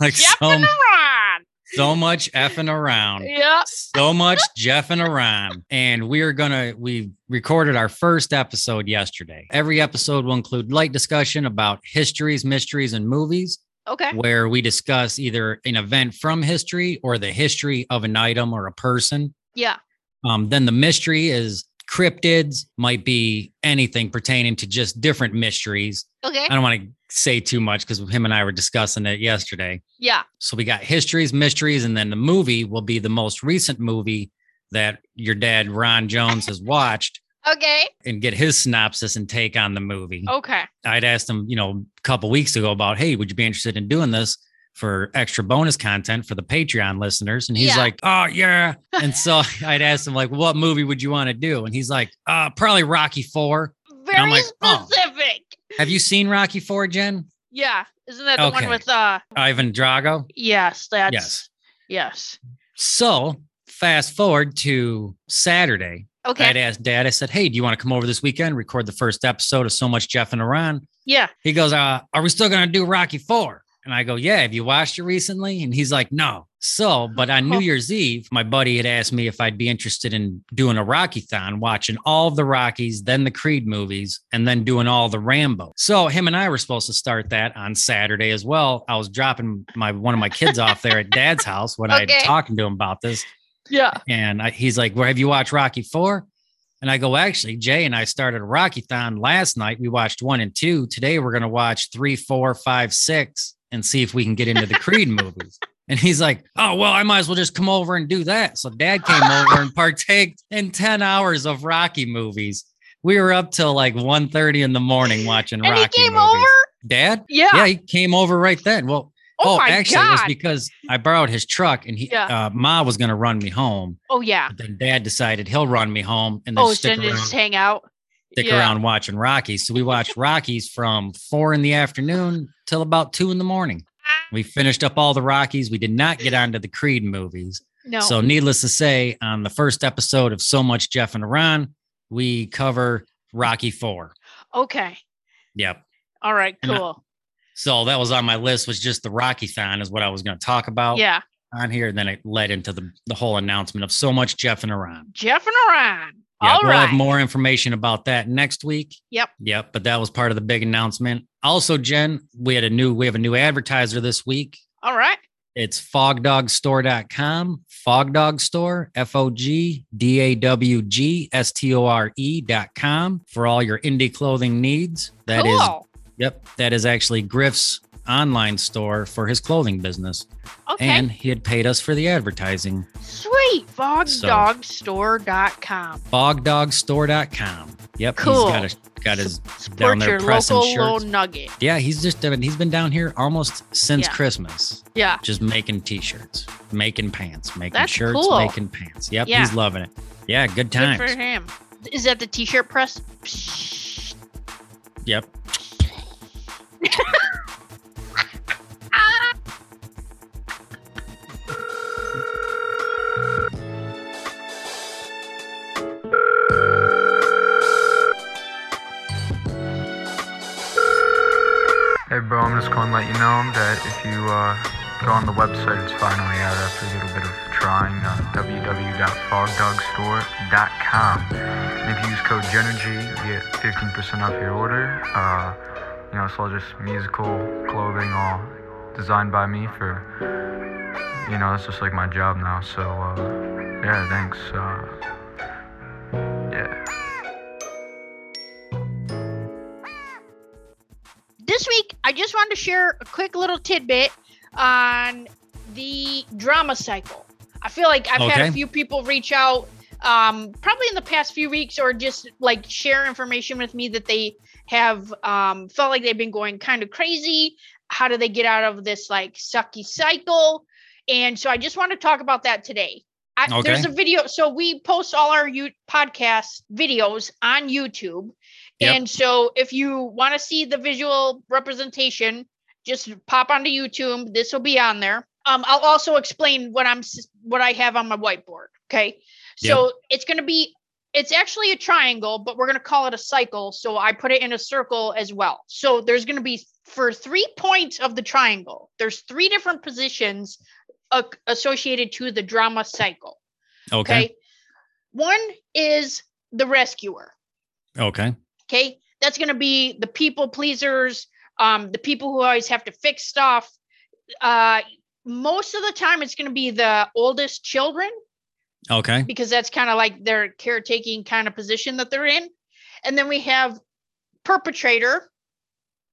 Speaker 1: like
Speaker 2: Jeff
Speaker 1: so,
Speaker 2: and Ron.
Speaker 1: so much effing around
Speaker 2: Yeah.
Speaker 1: so much Jeff and Aram. And we are gonna we recorded our first episode yesterday. Every episode will include light discussion about histories, mysteries, and movies,
Speaker 2: Okay.
Speaker 1: where we discuss either an event from history or the history of an item or a person.
Speaker 2: Yeah.
Speaker 1: Um, then the mystery is cryptids, might be anything pertaining to just different mysteries.
Speaker 2: Okay.
Speaker 1: I don't want to say too much because him and I were discussing it yesterday.
Speaker 2: Yeah.
Speaker 1: So we got histories, mysteries, and then the movie will be the most recent movie that your dad Ron Jones has watched
Speaker 2: Okay.
Speaker 1: and get his synopsis and take on the movie.
Speaker 2: Okay.
Speaker 1: I'd asked him, you know, a couple weeks ago about, hey, would you be interested in doing this for extra bonus content for the Patreon listeners? And he's
Speaker 2: Yeah.
Speaker 1: like, oh yeah. And so I'd asked him like, what movie would you want to do? And he's like, uh, probably Rocky Four. I'm
Speaker 2: Very
Speaker 1: like, oh.
Speaker 2: specific.
Speaker 1: Have you seen Rocky Four, Jen?
Speaker 2: Yeah. Isn't that the one
Speaker 1: Okay.
Speaker 2: with uh
Speaker 1: Ivan Drago.
Speaker 2: yes, that's
Speaker 1: Yes.
Speaker 2: yes.
Speaker 1: So fast forward to Saturday.
Speaker 2: Okay.
Speaker 1: I'd asked dad, I said, Hey, do you want to come over this weekend, record the first episode of So Much Jeff and Iran?
Speaker 2: Yeah.
Speaker 1: He goes, uh, Are we still going to do Rocky Four? And I go, Yeah, have you watched it recently? And he's like, No. So, but on
Speaker 2: Oh.
Speaker 1: New Year's Eve, my buddy had asked me if I'd be interested in doing a Rocky Thon, watching all of the Rockies, then the Creed movies, and then doing all the Rambo. So, him and I were supposed to start that on Saturday as well. I was dropping my one of my kids off there at dad's house when I
Speaker 2: Okay.
Speaker 1: had talking to him about this.
Speaker 2: Yeah.
Speaker 1: And I, he's like, "Well, have you watched Rocky Four? And I go, "Actually, Jay and I started a Rocky Thon last night. We watched one and two. Today, we're gonna watch three, four, five, six, and see if we can get into the Creed movies." And he's like, "Oh well, I might as well just come over and do that." So Dad came over and partaked in ten hours of Rocky movies. We were up till like 1.30 in the morning watching
Speaker 2: And
Speaker 1: Rocky
Speaker 2: he came
Speaker 1: movies.
Speaker 2: over.
Speaker 1: Dad,
Speaker 2: Yeah.
Speaker 1: yeah, he came over right then. Well, oh,
Speaker 2: Oh, my
Speaker 1: actually, it was
Speaker 2: god.
Speaker 1: because I borrowed his truck, and he,
Speaker 2: Yeah.
Speaker 1: uh, Ma was gonna run me home.
Speaker 2: oh yeah.
Speaker 1: But then Dad decided he'll run me home, and then
Speaker 2: Oh, so
Speaker 1: stick
Speaker 2: then
Speaker 1: around
Speaker 2: just hang out.
Speaker 1: stick
Speaker 2: Yeah.
Speaker 1: around watching Rocky. So we watched Rockies from four in the afternoon till about two in the morning.
Speaker 2: Ah,
Speaker 1: We finished up all the Rockies. We did not get onto the Creed movies.
Speaker 2: No.
Speaker 1: So, needless to say, on the first episode of So Much Jeff and Iran, we cover Rocky Four.
Speaker 2: okay.
Speaker 1: Yep.
Speaker 2: All right.
Speaker 1: And uh, I-
Speaker 2: Cool.
Speaker 1: So that was on my list. Was just the Rocky thon is what I was going to talk about
Speaker 2: Yeah.
Speaker 1: on here. And then it led into the the whole announcement of so much Jeff and Iran.
Speaker 2: Jeff and Orion.
Speaker 1: Yeah,
Speaker 2: All
Speaker 1: we'll
Speaker 2: right.
Speaker 1: have more information about that next week.
Speaker 2: Yep.
Speaker 1: Yep. But that was part of the big announcement. Also, Jen, we had a new we have a new advertiser this week.
Speaker 2: All right.
Speaker 1: It's fogdogstore.com, fogdogstore, E F O E, G D A W G S T O R E.com for all your indie clothing needs. That is,
Speaker 2: cool.
Speaker 1: yep, that is actually Griff's online store for his clothing business.
Speaker 2: okay.
Speaker 1: And he had paid us for the advertising. So-
Speaker 2: Sweet. Fogdogstore.com.
Speaker 1: Fogdogstore.com. E Yep.
Speaker 2: Cool.
Speaker 1: He's got, a, got his, down
Speaker 2: Support
Speaker 1: there
Speaker 2: your
Speaker 1: pressing
Speaker 2: local
Speaker 1: shirts.
Speaker 2: little nugget.
Speaker 1: yeah, he's just, I mean, he's been down here almost since
Speaker 2: Yeah.
Speaker 1: Christmas.
Speaker 2: Yeah.
Speaker 1: just making t-shirts, making pants, making
Speaker 2: That's
Speaker 1: shirts,
Speaker 2: cool.
Speaker 1: making pants. Yep,
Speaker 2: Yeah.
Speaker 1: he's loving it. Yeah, good
Speaker 2: Good
Speaker 1: times.
Speaker 2: for him. Is that the t-shirt press? Psh.
Speaker 1: Yep.
Speaker 2: Ah!
Speaker 3: Hey bro, I'm just going to let you know that if you uh, go on the website, it's finally out after a little bit of trying. Uh, www.fogdogstore.com. And if you use code E GENERGY, you get 15% off your order. Uh, you know, it's all just musical clothing, all designed by me for, you know, that's just like my job now. So, uh, yeah, thanks. Uh, yeah.
Speaker 2: This week, I just wanted to share a quick little tidbit on the drama cycle. I feel like I've had
Speaker 1: Okay.
Speaker 2: a few people reach out, um, probably in the past few weeks, or just like share information with me that they have um, felt like they've been going kind of crazy. How do they get out of this like sucky cycle? And so I just want to talk about that today. I,
Speaker 1: Okay.
Speaker 2: There's a video. So we post all our you podcast videos on YouTube.
Speaker 1: Yep.
Speaker 2: And so if you want to see the visual representation, just pop onto YouTube. This will be on there. Um, I'll also explain what I'm s- what I have on my whiteboard. Okay. So it's gonna be it's actually a triangle, but we're gonna call it a cycle. So I put it in a circle as well. So there's gonna be for three points of the triangle, there's three different positions uh, associated to the drama cycle.
Speaker 1: Okay.
Speaker 2: Okay. One is the rescuer.
Speaker 1: Okay.
Speaker 2: Okay. That's going to be the people pleasers, um, the people who always have to fix stuff. Uh, most of the time, it's going to be the oldest children
Speaker 1: Okay.
Speaker 2: because that's kind of like their caretaking kind of position that they're in. And then we have perpetrator,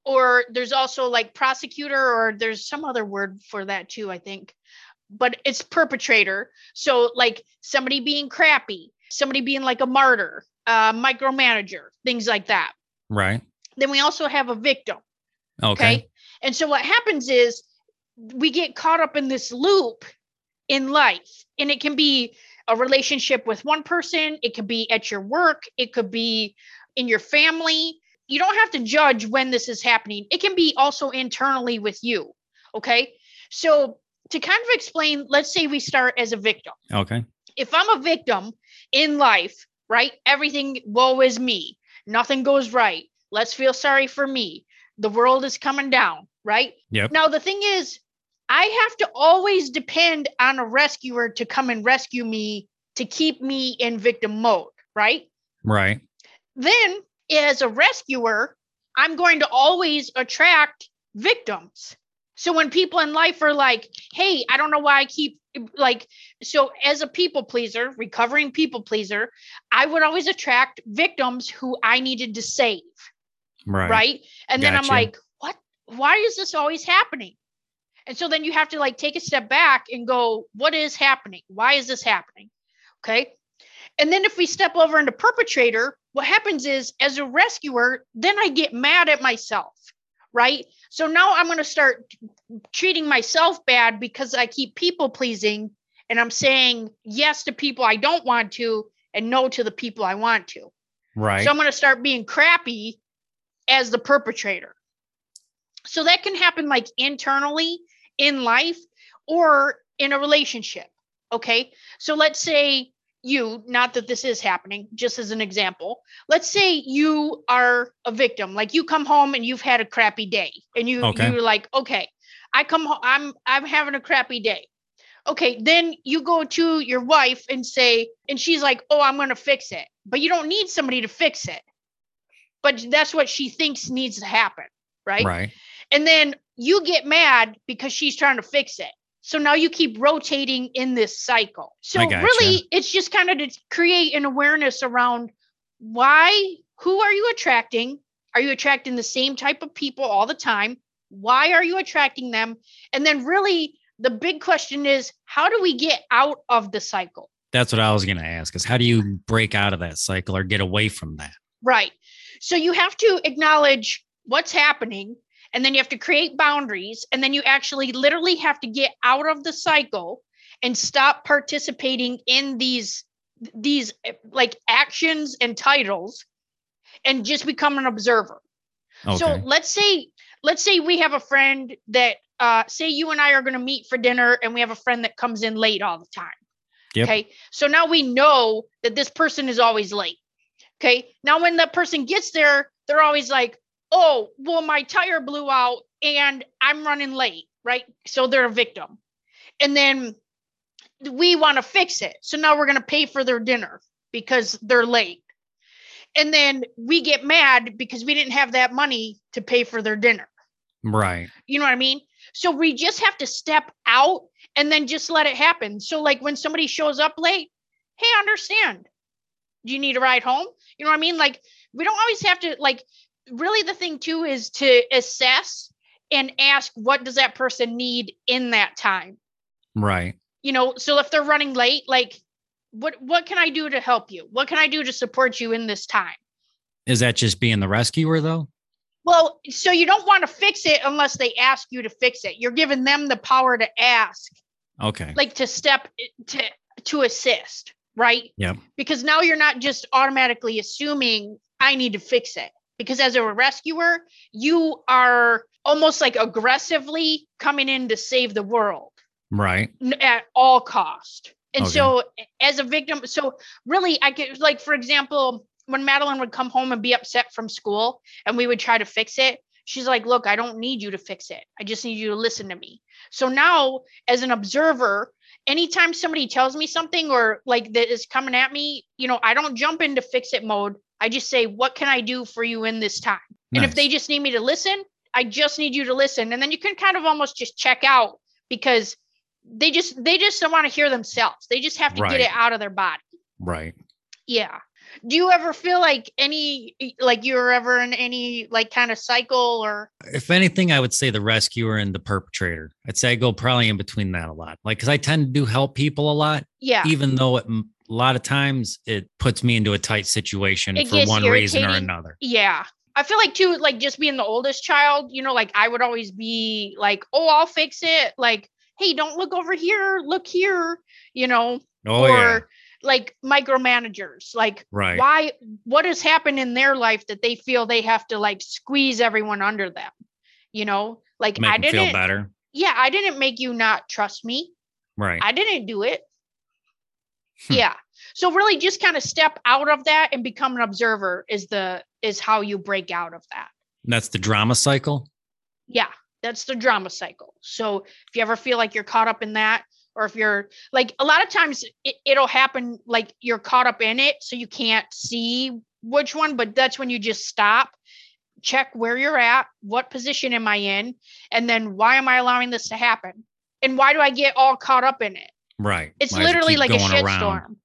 Speaker 2: or there's also like prosecutor, or there's some other word for that too, I think. But it's perpetrator. So, like somebody being crappy, somebody being like a martyr, uh, micromanager, things like that
Speaker 1: Right.
Speaker 2: then we also have a victim. Okay?
Speaker 1: Okay.
Speaker 2: And so what happens is we get caught up in this loop in life, and it can be a relationship with one person, it could be at your work, it could be in your family. You don't have to judge when this is happening, it can be also internally with you. Okay. So, to kind of explain, let's say we start as a victim
Speaker 1: Okay.
Speaker 2: if I'm a victim in life, right? Everything, woe is me. Nothing goes right. Let's feel sorry for me. The world is coming down, right?
Speaker 1: Yep.
Speaker 2: Now, the thing is, I have to always depend on a rescuer to come and rescue me to keep me in victim mode, right?
Speaker 1: Right.
Speaker 2: Then, as a rescuer, I'm going to always attract victims. So when people in life are like, hey, I don't know why I keep like, so as a people pleaser, recovering people pleaser, I would always attract victims who I needed to save,
Speaker 1: Right.
Speaker 2: right? And then I'm
Speaker 1: Gotcha.
Speaker 2: like, what? Why is this always happening? And so then you have to like take a step back and go, what is happening? Why is this happening? Okay. And then if we step over into perpetrator, what happens is as a rescuer, then I get mad at myself, right? So now I'm going to start treating myself bad because I keep people pleasing and I'm saying yes to people I don't want to and no to the people I want to.
Speaker 1: Right.
Speaker 2: So I'm going to start being crappy as the perpetrator. So that can happen like internally in life or in a relationship. Okay. So let's say you, not that this is happening, just as an example, let's say you are a victim. Like you come home and you've had a crappy day and you,
Speaker 1: Okay.
Speaker 2: you're like, okay, I come home, I'm, I'm having a crappy day. Okay. Then you go to your wife and say, and she's like, oh, I'm going to fix it. But you don't need somebody to fix it. But that's what she thinks needs to happen. Right.
Speaker 1: right.
Speaker 2: And then you get mad because she's trying to fix it. So now you keep rotating in this cycle. So
Speaker 1: I gotcha.
Speaker 2: really, it's just kind of to create an awareness around why, who are you attracting? Are you attracting the same type of people all the time? Why are you attracting them? And then really, the big question is how do we get out of the cycle?
Speaker 1: That's what I was going to ask is how do you break out of that cycle or get away from that?
Speaker 2: Right. So you have to acknowledge what's happening, and then you have to create boundaries, and then you actually literally have to get out of the cycle and stop participating in these these eh, like actions and titles and just become an observer.
Speaker 1: Okay.
Speaker 2: So let's say let's say we have a friend that uh say you and I are going to meet for dinner and we have a friend that comes in late all the time.
Speaker 1: Yep.
Speaker 2: Okay? So now we know that this person is always late. Okay? Now when that person gets there, they're always like, "Oh, well my tire blew out and I'm running late." Right? So they're a victim. And then we want to fix it. So now we're going to pay for their dinner because they're late and then we get mad because we didn't have that money to pay for their dinner.
Speaker 1: right.
Speaker 2: You know what I mean? So we just have to step out and then just let it happen. So like when somebody shows up late, hey, I understand. Do you need a ride home? You know what I mean? Like we don't always have to like really the thing too is to assess and ask what does that person need in that time?
Speaker 1: Right.
Speaker 2: you know so if they're running late like what what can i do to help you what can i do to support you in this time
Speaker 1: Is that just being the rescuer though?
Speaker 2: well so you don't want to fix it unless they ask you to fix it you're giving them the power to ask
Speaker 1: Okay.
Speaker 2: like to step to to assist right
Speaker 1: Yep.
Speaker 2: because now you're not just automatically assuming i need to fix it because as a rescuer you are almost like aggressively coming in to save the world
Speaker 1: Right.
Speaker 2: n- at all cost. And
Speaker 1: Okay.
Speaker 2: so as a victim, so really I could like for example, when Madeline would come home and be upset from school and we would try to fix it, she's like, "Look, I don't need you to fix it. I just need you to listen to me." So now as an observer, anytime somebody tells me something or like that is coming at me, you know, I don't jump into fix it mode. I just say, "What can I do for you in this time?" And if
Speaker 1: Nice.
Speaker 2: they just need me to listen, I just need you to listen. And then you can kind of almost just check out because they just they just don't want to hear themselves. They just have to get
Speaker 1: Right.
Speaker 2: it out of their body.
Speaker 1: Right.
Speaker 2: Yeah. Do you ever feel like any like you're ever in any like kind of cycle or
Speaker 1: If anything, I would say the rescuer and the perpetrator. I'd say I go probably in between that a lot. Like, cause I tend to do help people a lot,
Speaker 2: yeah.
Speaker 1: even though it, a lot of times it puts me into a tight situation
Speaker 2: It
Speaker 1: for
Speaker 2: gets
Speaker 1: one reason or
Speaker 2: irritating.
Speaker 1: another.
Speaker 2: Yeah. I feel like too, like just being the oldest child, you know, like I would always be like, oh, I'll fix it. Like, hey, don't look over here, look here, you know,
Speaker 1: Oh,
Speaker 2: or
Speaker 1: yeah.
Speaker 2: like micromanagers. Like,
Speaker 1: Right.
Speaker 2: why, what has happened in their life that they feel they have to like squeeze everyone under them? You know, like
Speaker 1: Make
Speaker 2: I
Speaker 1: them
Speaker 2: didn't,
Speaker 1: feel better.
Speaker 2: yeah, I didn't make you not trust me.
Speaker 1: Right.
Speaker 2: I didn't do it.
Speaker 1: Hmm.
Speaker 2: Yeah. So really just kind of step out of that and become an observer is the is how you break out of that.
Speaker 1: That's the drama cycle.
Speaker 2: Yeah. That's the drama cycle. So if you ever feel like you're caught up in that or if you're like a lot of times it, it'll happen like you're caught up in it so you can't see which one but that's when you just stop check where you're at what position am i in and then why am i allowing this to happen and why do i get all caught up in it
Speaker 1: Right.
Speaker 2: It's
Speaker 1: Why does it
Speaker 2: literally
Speaker 1: keep
Speaker 2: like a
Speaker 1: going around?
Speaker 2: shitstorm.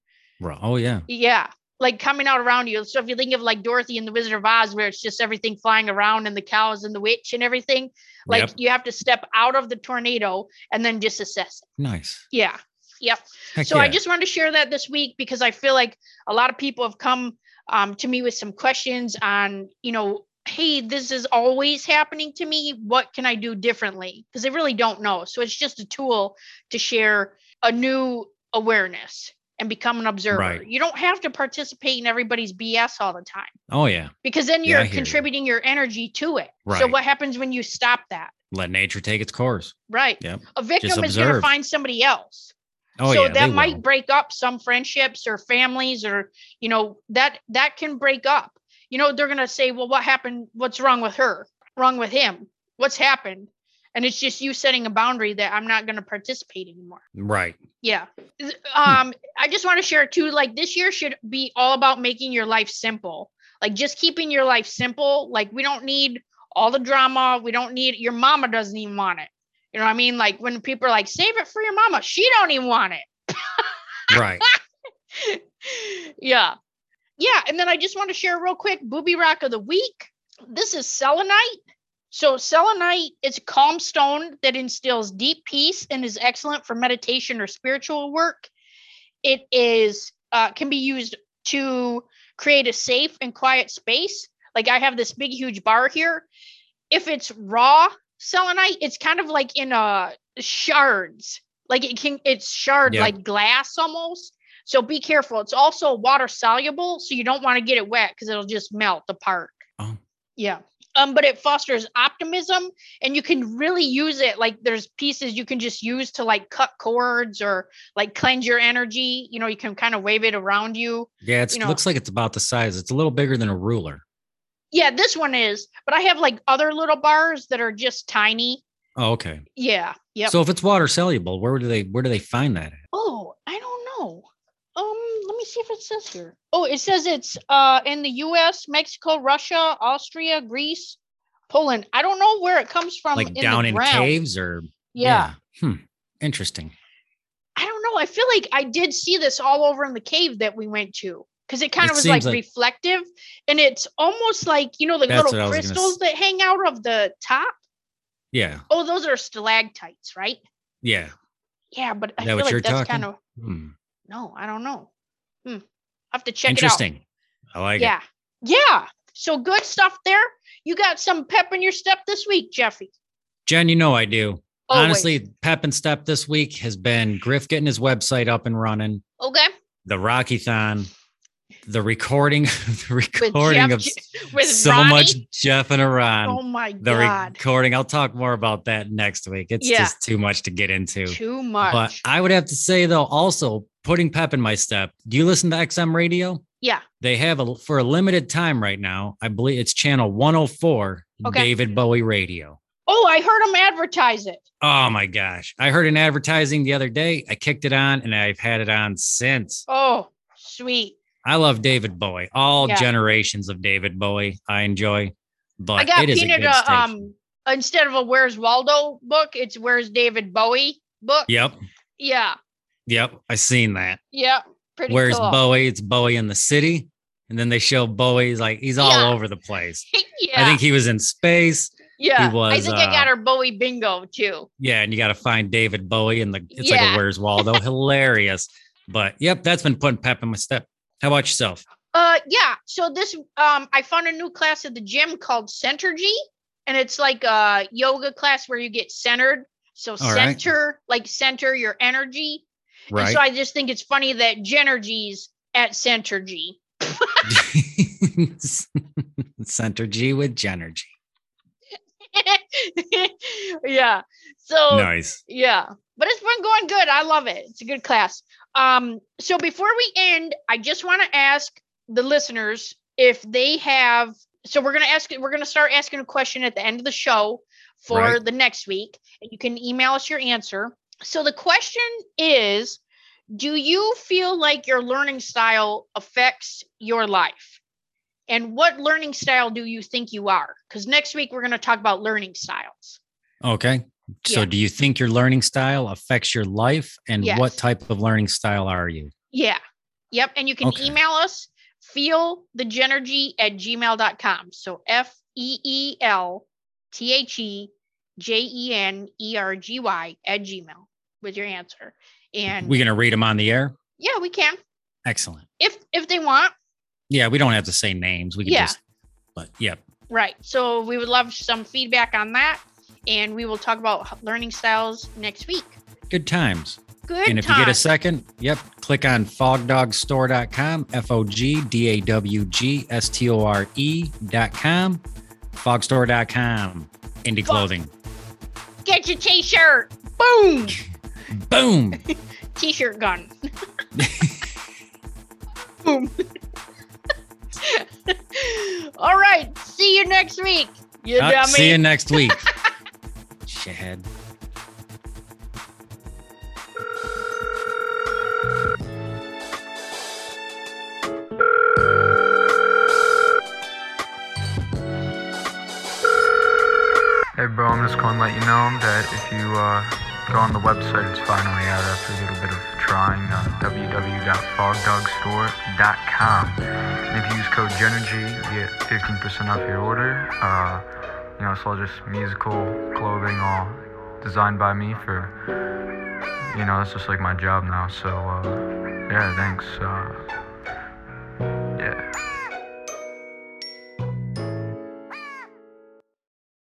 Speaker 1: Right. Oh, yeah.
Speaker 2: Yeah. like coming out around you. So if you think of like Dorothy and the Wizard of Oz, where it's just everything flying around and the cows and the witch and everything, like
Speaker 1: Yep.
Speaker 2: you have to step out of the tornado and then just assess it.
Speaker 1: Nice.
Speaker 2: Yeah. Yep.
Speaker 1: Heck
Speaker 2: so I
Speaker 1: yeah.
Speaker 2: just wanted to share that this week because I feel like a lot of people have come um, to me with some questions on, you know, hey, this is always happening to me. What can I do differently? Because they really don't know. So it's just a tool to share a new awareness and become an observer.
Speaker 1: Right.
Speaker 2: You don't have to participate in everybody's BS all the time
Speaker 1: oh yeah.
Speaker 2: because then
Speaker 1: Yeah, I
Speaker 2: you're
Speaker 1: hear you.
Speaker 2: contributing your energy to it. So
Speaker 1: Right.
Speaker 2: what happens when you stop that?
Speaker 1: Let nature take its course.
Speaker 2: Right.
Speaker 1: Yep.
Speaker 2: A victim is going to
Speaker 1: observe.
Speaker 2: find somebody else
Speaker 1: Oh
Speaker 2: so
Speaker 1: yeah.
Speaker 2: that
Speaker 1: they
Speaker 2: might
Speaker 1: will.
Speaker 2: break up some friendships or families or you know that that can break up you know they're going to say well what happened what's wrong with her wrong with him what's happened and it's just you setting a boundary that i'm not going to participate anymore
Speaker 1: right.
Speaker 2: yeah Th- um i just want to share too like this year should be all about making your life simple like just keeping your life simple like we don't need all the drama we don't need your mama doesn't even want it you know what i mean like when people are like save it for your mama she don't even want it
Speaker 1: Right.
Speaker 2: yeah. Yeah. And then I just want to share real quick booby rock of the week. This is selenite. So, selenite is a calm stone that instills deep peace and is excellent for meditation or spiritual work. It is, uh, can be used to create a safe and quiet space. Like I have this big, huge bar here. If it's raw selenite, it's kind of like in uh shards. Like it can, it's shard
Speaker 1: Yeah.
Speaker 2: like glass almost. So be careful. It's also water soluble, so you don't want to get it wet because it'll just melt apart.
Speaker 1: Oh.
Speaker 2: Yeah. Um, but it fosters optimism and you can really use it. Like there's pieces you can just use to like cut cords or like cleanse your energy. You know, you can kind of wave it around you.
Speaker 1: Yeah. It
Speaker 2: you know.
Speaker 1: looks like it's about the size. It's a little bigger than a ruler.
Speaker 2: Yeah, this one is, but I have like other little bars that are just tiny.
Speaker 1: Oh, okay.
Speaker 2: Yeah. Yep.
Speaker 1: So if it's water soluble, where do they where do they find that? At?
Speaker 2: oh, I don't know. Um, let me see if it says here. Oh, it says it's uh in the US, Mexico, Russia, Austria, Greece, Poland. I don't know where it comes from.
Speaker 1: Like down
Speaker 2: Um, the
Speaker 1: in
Speaker 2: ground.
Speaker 1: caves or
Speaker 2: Yeah.
Speaker 1: yeah. Hmm. Interesting.
Speaker 2: I don't know. I feel like I did see this all over in the cave that we went to because it kind
Speaker 1: It
Speaker 2: of was like,
Speaker 1: seems like-
Speaker 2: reflective and it's almost like, you know, the
Speaker 1: That's what I
Speaker 2: little
Speaker 1: was gonna s-
Speaker 2: crystals that hang out of the top.
Speaker 1: Yeah.
Speaker 2: Oh, those are stalactites, right?
Speaker 1: Yeah.
Speaker 2: Yeah, but I
Speaker 1: Is that
Speaker 2: feel
Speaker 1: what
Speaker 2: like
Speaker 1: you're
Speaker 2: that's
Speaker 1: talking?
Speaker 2: kind of
Speaker 1: Hmm.
Speaker 2: no, I don't know. Hmm. I'll have to check it out.
Speaker 1: Interesting. I like it.
Speaker 2: Yeah. Yeah. So good stuff there. You got some pep in your step this week, Jeffy.
Speaker 1: Jen, you know I do.
Speaker 2: Oh, wait.
Speaker 1: Honestly, Pep and Step this week has been Griff getting his website up and running,
Speaker 2: Okay.
Speaker 1: the Rockython, the recording, the recording
Speaker 2: Jeff
Speaker 1: of
Speaker 2: J-
Speaker 1: s-
Speaker 2: With
Speaker 1: so
Speaker 2: Ronnie?
Speaker 1: much Jeff and Iran.
Speaker 2: Oh my
Speaker 1: the
Speaker 2: God.
Speaker 1: recording. I'll talk more about that next week. It's
Speaker 2: Yeah.
Speaker 1: just too much to get into.
Speaker 2: Too much.
Speaker 1: But I would have to say though, also putting Pep in my step. Do you listen to XM radio?
Speaker 2: yeah.
Speaker 1: They have a for a limited time right now. I believe it's channel 104,
Speaker 2: Okay.
Speaker 1: David Bowie Radio.
Speaker 2: Oh, I heard him advertise it.
Speaker 1: Oh my gosh. I heard an advertising the other day. I kicked it on and I've had it on since.
Speaker 2: Oh, sweet.
Speaker 1: I love David Bowie. All
Speaker 2: Yeah.
Speaker 1: generations of David Bowie I enjoy. But
Speaker 2: I got
Speaker 1: it is
Speaker 2: peanut
Speaker 1: a good
Speaker 2: uh,
Speaker 1: station.
Speaker 2: um instead of a Where's Waldo book, it's Where's David Bowie book.
Speaker 1: Yep.
Speaker 2: Yeah.
Speaker 1: Yep. I seen that.
Speaker 2: Yeah. Pretty
Speaker 1: Where's
Speaker 2: cool.
Speaker 1: Bowie? It's Bowie in the city. And then they show Bowie he's like he's all
Speaker 2: Yeah.
Speaker 1: over the place.
Speaker 2: yeah.
Speaker 1: I think he was in space.
Speaker 2: yeah. I
Speaker 1: was,
Speaker 2: think I
Speaker 1: uh,
Speaker 2: got our Bowie bingo too.
Speaker 1: Yeah, and you got to find David Bowie and the it's like
Speaker 2: Yeah.
Speaker 1: a Where's Waldo. Hilarious. But yep, that's been putting pep in my step. How about yourself?
Speaker 2: Uh yeah. So this um I found a new class at the gym called Centergy. And it's like a yoga class where you get centered. So
Speaker 1: All right.
Speaker 2: center, like center your energy. And
Speaker 1: Right.
Speaker 2: so I just think it's funny that Genergy's at Centergy.
Speaker 1: Center G with Genergy.
Speaker 2: yeah. So
Speaker 1: Nice.
Speaker 2: yeah, but it's been going good. I love it. It's a good class. Um, so before we end, I just want to ask the listeners if they have. So we're gonna ask. We're gonna start asking a question at the end of the show for
Speaker 1: Right.
Speaker 2: the next week, and you can email us your answer. So the question is. Do you feel like your learning style affects your life? And what learning style do you think you are? Because next week we're going to talk about learning styles.
Speaker 1: Okay. So,
Speaker 2: Yeah.
Speaker 1: do you think your learning style affects your life? And
Speaker 2: Yes.
Speaker 1: what type of learning style are you?
Speaker 2: Yeah. Yep. And you can
Speaker 1: Okay.
Speaker 2: email us feel the genergy at gmail.com. So F E E L T H E J E N E R G Y at Gmail with your answer. And
Speaker 1: We're gonna read them on the air.
Speaker 2: yeah, we can.
Speaker 1: Excellent.
Speaker 2: If if they want.
Speaker 1: Yeah, we don't have to say names. We can
Speaker 2: Yeah.
Speaker 1: just. But yeah,
Speaker 2: Right. So we would love some feedback on that. And we will talk about h- learning styles next week.
Speaker 1: good times.
Speaker 2: Good
Speaker 1: and if
Speaker 2: time.
Speaker 1: you get a second, yep, click on fogdogstore.com, F O G D A W G S T O R E E.com, fogstore.com, indie clothing.
Speaker 2: get your t-shirt. Boom.
Speaker 1: Boom.
Speaker 2: T-shirt gun. Boom. All right. See you next week. You
Speaker 1: Uh,
Speaker 2: dummy.
Speaker 1: see you next week. Shithead.
Speaker 3: Hey, bro, I'm just going to let you know that if you uh, go on the website, it's finally out after a little bit of trying. Uh, www.fogdogstore.com. And if you use code E GENERGY, you get 15% off your order. Uh, you know, it's all just musical clothing, all designed by me for, you know, that's just like my job now. So, uh, yeah, thanks. Uh,